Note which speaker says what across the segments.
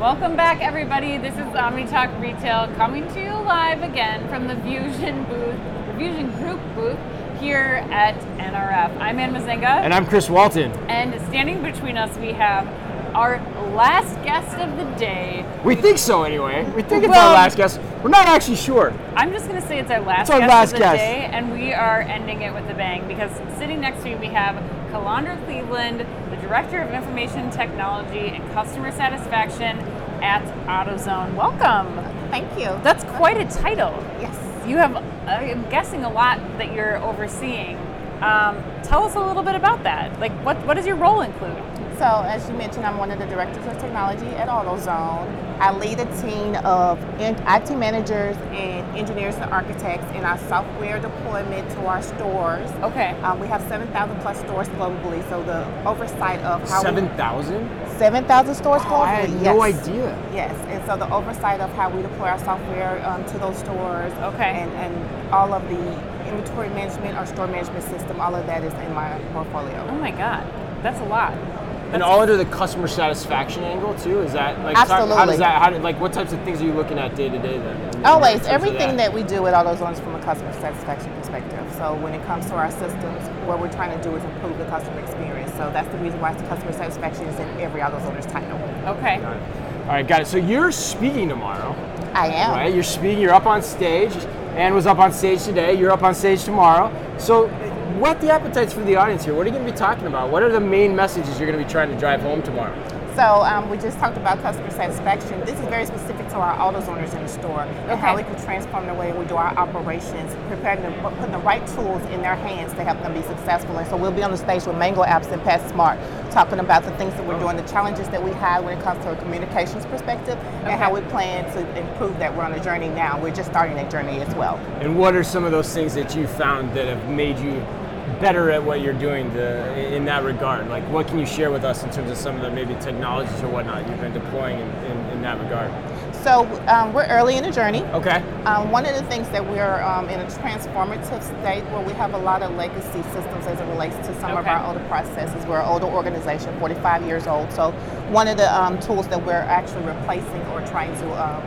Speaker 1: Welcome back, everybody. This is OmniTalk Retail coming to you live again from the Fusion booth, the Fusion Group booth here at NRF. I'm Ann Mazenga,
Speaker 2: And I'm Chris Walton.
Speaker 1: and standing between us we have our last guest of the day.
Speaker 2: We think so, anyway. We think it's
Speaker 1: Well-
Speaker 2: our last guest. We're not actually sure.
Speaker 1: I'm just going to say it's our last
Speaker 2: It's our
Speaker 1: guest
Speaker 2: last
Speaker 1: of the
Speaker 2: guest.
Speaker 1: day, and we are ending it with a bang because sitting next to me we have Kalandra Cleveland, the Director of Information Technology and Customer Satisfaction at AutoZone. Welcome.
Speaker 3: Thank you. Uh,
Speaker 1: That's quite a title.
Speaker 3: yes.
Speaker 1: You have, I'm guessing, a lot that you're overseeing. Um, tell us a little bit about that. Like, what, what does your role include?
Speaker 3: So, as you mentioned, I'm one of the directors of technology at AutoZone. I lead a team of en- IT managers and engineers and architects in our software deployment to our stores.
Speaker 1: Okay.
Speaker 3: Um, we have 7,000 plus stores globally, so the oversight of how
Speaker 2: Seven thousand?
Speaker 3: we 7,000 stores globally.
Speaker 2: I had no idea.
Speaker 3: Yes, and so the oversight of how we deploy our software um, to those stores,
Speaker 1: Okay.
Speaker 3: and, and all of the inventory management, our store management system, all of that is in my portfolio.
Speaker 1: Oh my God, that's a lot.
Speaker 2: And all under the customer satisfaction angle too. Is that like talk- how
Speaker 3: Absolutely.
Speaker 2: does that? How do, like what types of things are you looking at day to day then?
Speaker 3: Always, Oh, everything that we do at all those zones from a customer satisfaction perspective. So when it comes to our systems, what we're trying to do is improve the customer experience. So that's the reason why customer satisfaction is in every auto zoner's title.
Speaker 1: Okay.
Speaker 2: Got it. All right, got it. So you're speaking tomorrow,
Speaker 3: I am.
Speaker 2: right? You're speaking. You're up on stage. Anne was up on stage today. You're up on stage tomorrow. So. What the appetites for the audience here? What are you going to be talking about? What are the main messages you're going to be trying to drive home tomorrow?
Speaker 3: So um, we just talked about customer satisfaction. This is very specific to our AutoZoners in the store and how
Speaker 1: Okay.
Speaker 3: we can transform the way we do our operations, preparing them, put- putting the right tools in their hands to help them be successful. And so we'll be on the stage with Mango Apps and PetSmart talking about the things that we're doing, the challenges that we have when it comes to a communications perspective, and how we plan to improve that. We're on a journey now. We're just starting that journey as well.
Speaker 2: And what are some of those things that you found that have made you better at what you're doing to, in that regard? Like, what can you share with us in terms of some of the maybe technologies or whatnot you've been deploying in, in, in that regard?
Speaker 3: So um, we're early in the journey.
Speaker 2: Okay.
Speaker 3: Um, one of the things that we're um, in a transformative state where we have a lot of legacy systems as it relates to some of
Speaker 1: Okay.
Speaker 3: our older processes. We're an older organization, 45 years old. So one of the um, tools that we're actually replacing or trying to um,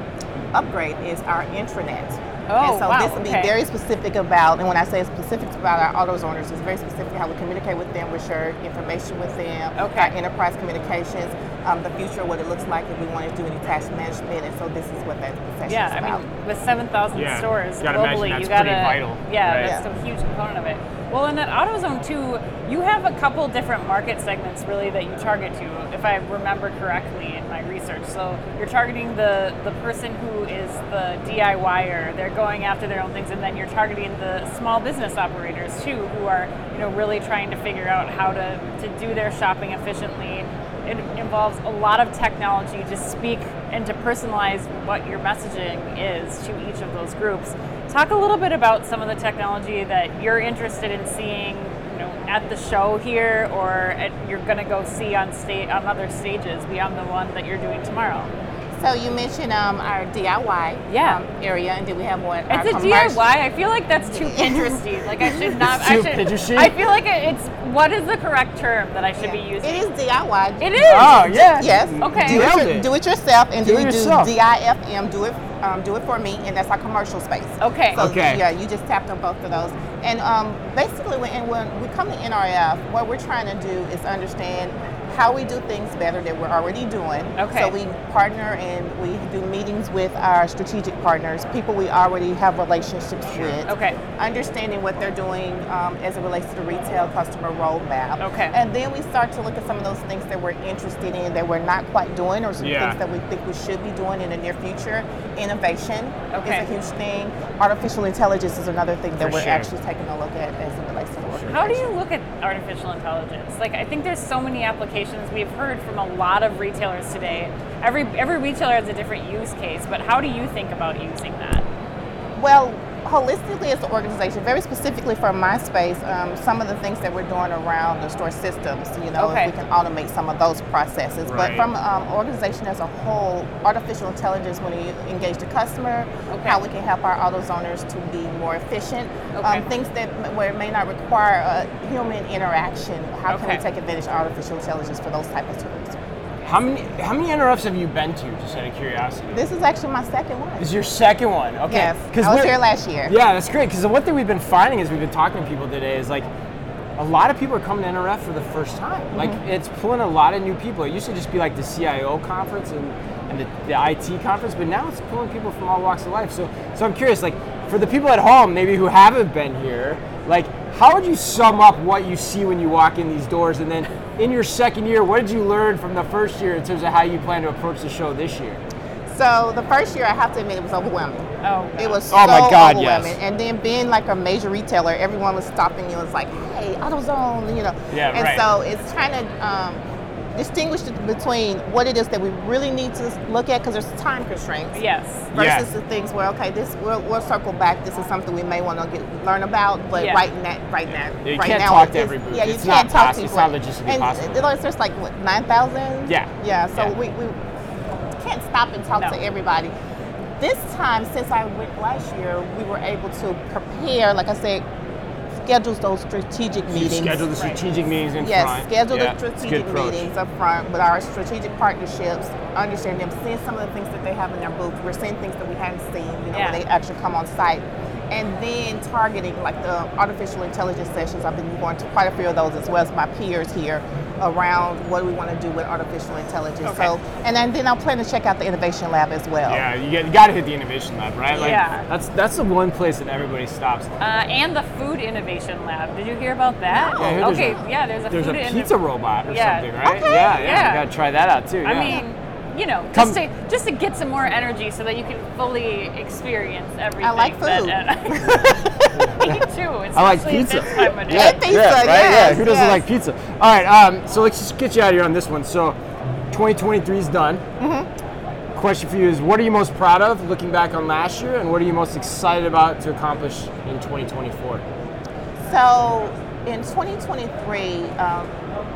Speaker 3: upgrade is our intranet.
Speaker 1: Oh,
Speaker 3: and so
Speaker 1: wow,
Speaker 3: this will be
Speaker 1: okay.
Speaker 3: very specific about, and when I say specific about our AutoZoners, it's very specific how we communicate with them, we share information with them,
Speaker 1: Okay.
Speaker 3: our enterprise communications, um, the future, what it looks like if we want to do any task management, and so this is what that session
Speaker 1: Yeah,
Speaker 3: is about.
Speaker 1: I mean, with 7,000
Speaker 2: Yeah,
Speaker 1: stores
Speaker 2: you gotta imagine
Speaker 1: globally, you
Speaker 2: that's
Speaker 1: got to.
Speaker 2: pretty vital,
Speaker 1: Yeah,
Speaker 2: right?
Speaker 1: that's a huge component of it. Well, and at AutoZone too, you have a couple different market segments really that you target to, if I remember correctly in my research. So you're targeting the the person who is the DIYer, er. they're going after their own things, and then you're targeting the small business operators too, who are you know really trying to figure out how to to do their shopping efficiently it involves a lot of technology to speak and to personalize what your messaging is to each of those groups. Talk a little bit about some of the technology that you're interested in seeing, you know, at the show here, or at, you're going to go see on state on other stages beyond the one that you're doing tomorrow.
Speaker 3: So you mentioned um, our DIY
Speaker 1: Yeah.
Speaker 3: um, area, and then we have one. our
Speaker 1: It's a
Speaker 3: commercial-
Speaker 1: DIY. I feel like that's too Pinteresty. Like I should not.
Speaker 2: It's too
Speaker 1: I should.
Speaker 2: Pinteresty?
Speaker 1: I feel like it- it's what is the correct term that I should be
Speaker 3: It
Speaker 1: using?
Speaker 3: is DIY.
Speaker 1: It is.
Speaker 2: Oh, yeah.
Speaker 3: Yes.
Speaker 1: Okay.
Speaker 3: Do
Speaker 2: Nailed
Speaker 3: it,
Speaker 2: it.
Speaker 3: do it yourself, and
Speaker 2: Do
Speaker 3: then
Speaker 2: it
Speaker 3: we do
Speaker 2: yourself.
Speaker 3: DIFM. Do it. Um, do it for me, and that's our commercial space.
Speaker 1: Okay.
Speaker 3: So
Speaker 2: Okay.
Speaker 3: yeah, you just tapped on both of those, and um, basically, when, and when we come to NRF, what we're trying to do is understand how we do things better that we're already doing.
Speaker 1: Okay.
Speaker 3: So we partner and we do meetings with our strategic partners, people we already have relationships with.
Speaker 1: Okay.
Speaker 3: understanding what they're doing um, as it relates to the retail customer roadmap.
Speaker 1: Okay.
Speaker 3: And then we start to look at some of those things that we're interested in that we're not quite doing or some
Speaker 2: Yeah.
Speaker 3: things that we think we should be doing in the near future. Innovation
Speaker 1: Okay.
Speaker 3: is a huge thing. Artificial intelligence is another thing that
Speaker 2: For
Speaker 3: we're
Speaker 2: sure.
Speaker 3: actually taking a look at as it relates to the organization.
Speaker 1: How do you look at artificial intelligence? Like, I think there's so many applications we've heard from a lot of retailers today. Every every retailer has a different use case, but how do you think about using that?
Speaker 3: Well, holistically as an organization, very specifically for my space, um, some of the things that we're doing around the store systems, you know,
Speaker 1: Okay.
Speaker 3: if we can automate some of those processes.
Speaker 2: Right.
Speaker 3: But from um, organization as a whole, artificial intelligence when you engage the customer,
Speaker 1: Okay.
Speaker 3: how we can help our AutoZoners to be more efficient,
Speaker 1: Okay.
Speaker 3: um, things that m- where it may not require a human interaction, how can
Speaker 1: Okay.
Speaker 3: we take advantage of artificial intelligence for those type of tools?
Speaker 2: How many how many NRFs have you been to? Just out of curiosity.
Speaker 3: This is actually my second one.
Speaker 2: This is your second one. Okay.
Speaker 3: Yes,
Speaker 2: 'Cause
Speaker 3: I was
Speaker 2: we're-
Speaker 3: here last year.
Speaker 2: Yeah, that's great. Because the one thing we've been finding as we've been talking to people today is like a lot of people are coming to NRF for the first time.
Speaker 3: Mm-hmm.
Speaker 2: Like it's pulling a lot of new people. It used to just be like the CIO conference and, and the, the IT conference, but now it's pulling people from all walks of life. So so I'm curious, like for the people at home maybe who haven't been here, like how would you sum up what you see when you walk in these doors and then in your second year, what did you learn from the first year in terms of how you plan to approach the show this year?
Speaker 3: So the first year, I have to admit, it was overwhelming.
Speaker 1: Oh,
Speaker 3: It was
Speaker 2: Oh
Speaker 3: so
Speaker 2: my God, yes.
Speaker 3: overwhelming. And then being like a major retailer, everyone was stopping you and was like, hey, AutoZone, you know.
Speaker 2: Yeah,
Speaker 3: and
Speaker 2: right.
Speaker 3: so it's trying to um, distinguish between what it is that we really need to look at because there's time constraints.
Speaker 1: Yes.
Speaker 2: Yeah.
Speaker 3: Versus the things where okay, this we'll, we'll circle back. This is something we may want to get learn about, but
Speaker 1: Yeah.
Speaker 3: right now, right now,
Speaker 2: Yeah, you
Speaker 3: right
Speaker 2: can't
Speaker 3: now,
Speaker 2: talk
Speaker 3: it
Speaker 2: to
Speaker 3: is-
Speaker 2: every booth.
Speaker 3: Yeah, you
Speaker 2: It's
Speaker 3: can't
Speaker 2: not
Speaker 3: talk
Speaker 2: possi-
Speaker 3: to
Speaker 2: it's
Speaker 3: people.
Speaker 2: not logistically
Speaker 3: and
Speaker 2: possible.
Speaker 3: it- There's just like what nine thousand.
Speaker 2: Yeah.
Speaker 3: Yeah. So
Speaker 2: Yeah.
Speaker 3: we we can't stop and talk
Speaker 1: No.
Speaker 3: to everybody. This time, since I went last year, we were able to prepare. Like I said, schedule those strategic
Speaker 2: You
Speaker 3: meetings.
Speaker 2: schedule the strategic meetings in
Speaker 3: Yes,
Speaker 2: front.
Speaker 3: schedule
Speaker 2: Yeah, it's a
Speaker 3: the
Speaker 2: good
Speaker 3: strategic
Speaker 2: approach.
Speaker 3: meetings up front with our strategic partnerships, understand them, seeing some of the things that they have in their booth. We're seeing things that we hadn't seen, you know,
Speaker 1: Yeah.
Speaker 3: when they actually come on site. And then targeting like the artificial intelligence sessions. I've been going to quite a few of those as well as my peers here around what do we want to do with artificial intelligence.
Speaker 1: Okay.
Speaker 3: So and then, then I'm planning to check out the innovation lab as well.
Speaker 2: Yeah, you, get, you gotta hit the innovation lab, right?
Speaker 1: Yeah.
Speaker 2: That's that's the one place that everybody stops.
Speaker 1: Uh, and the food innovation lab. Did you hear about that?
Speaker 2: Yeah, I heard there's
Speaker 1: okay.
Speaker 2: a-
Speaker 1: yeah, there's a
Speaker 2: There's a
Speaker 1: food inno-
Speaker 2: pizza robot or
Speaker 1: Yeah.
Speaker 2: something, right?
Speaker 3: Okay.
Speaker 2: Yeah, yeah,
Speaker 1: Yeah.
Speaker 2: You gotta try that out too.
Speaker 1: I
Speaker 2: yeah.
Speaker 1: mean, you know, just
Speaker 2: Come-
Speaker 1: to just to get some more energy so that you can fully experience everything.
Speaker 3: like
Speaker 1: that- uh,
Speaker 3: food.
Speaker 1: me too. It's
Speaker 2: I like pizza.
Speaker 1: This time of day.
Speaker 3: Yeah. pizza,
Speaker 2: right? yeah.
Speaker 3: yes,
Speaker 2: Who doesn't
Speaker 3: yes.
Speaker 2: like pizza? All right, um, so let's just get you out of here on this one. So, 2023 is done. Mm-hmm. Question for you is: What are you most proud of looking back on last year, and what are you most excited about to accomplish in 2024?
Speaker 3: So in 2023, um,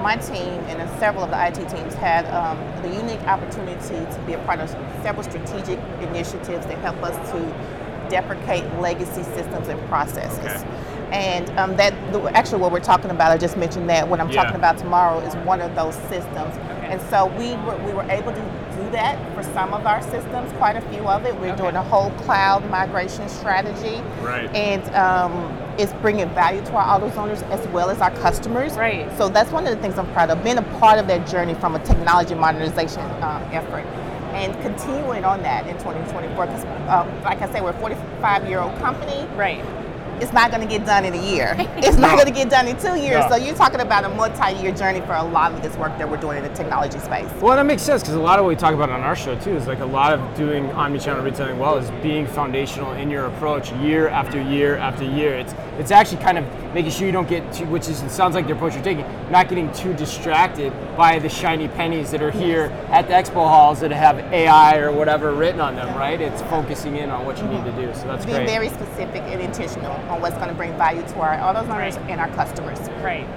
Speaker 3: my team and several of the IT teams had um, the unique opportunity to be a part of several strategic initiatives that help us to deprecate legacy systems and processes. And um, that the, actually, what we're talking about, I just mentioned that what I'm
Speaker 2: Yeah.
Speaker 3: talking about tomorrow is one of those systems. And so we were, we were able to do that for some of our systems, quite a few of it. We're doing a whole cloud migration strategy.
Speaker 2: Right.
Speaker 3: And um, it's bringing value to our AutoZoners as well as our customers.
Speaker 1: Right.
Speaker 3: So that's one of the things I'm proud of, being a part of that journey from a technology modernization um, effort and continuing on that in 2024. Because, um, like I say, we're a 45 year old company.
Speaker 1: Right.
Speaker 3: It's not going to get done in a year. It's not
Speaker 2: No.
Speaker 3: going to get done in two years.
Speaker 2: No.
Speaker 3: So you're talking about a multi year journey for a lot of this work that we're doing in the technology space.
Speaker 2: Well, that makes sense because a lot of what we talk about on our show too is like a lot of doing omnichannel retailing well is being foundational in your approach year after year after year. It's it's actually kind of making sure you don't get too, which is it sounds like the approach you're taking, not getting too distracted by the shiny pennies that are here at the expo halls that have AI or whatever written on them, right? It's focusing in on what you need to do. So that's
Speaker 3: Being
Speaker 2: great.
Speaker 3: very specific and intentional on what's going to bring value to our AutoZoners
Speaker 1: Right.
Speaker 3: and our customers.
Speaker 1: Right.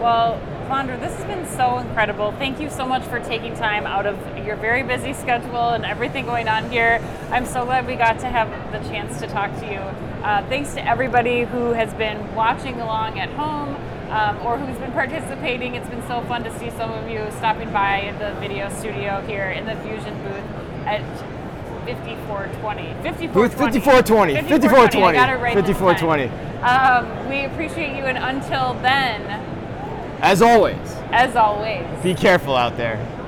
Speaker 1: Well, Flandra, this has been so incredible. Thank you so much for taking time out of your very busy schedule and everything going on here. I'm so glad we got to have the chance to talk to you. Uh, thanks to everybody who has been watching along at home um, or who's been participating. It's been so fun to see some of you stopping by at the video studio here in the Fusion booth at 5420. 5420.
Speaker 2: Booth 5420.
Speaker 1: 5420. I got it right this time.
Speaker 2: 5420.
Speaker 1: Um, we appreciate you, and until then,
Speaker 2: As always,
Speaker 1: as always,
Speaker 2: be careful out there.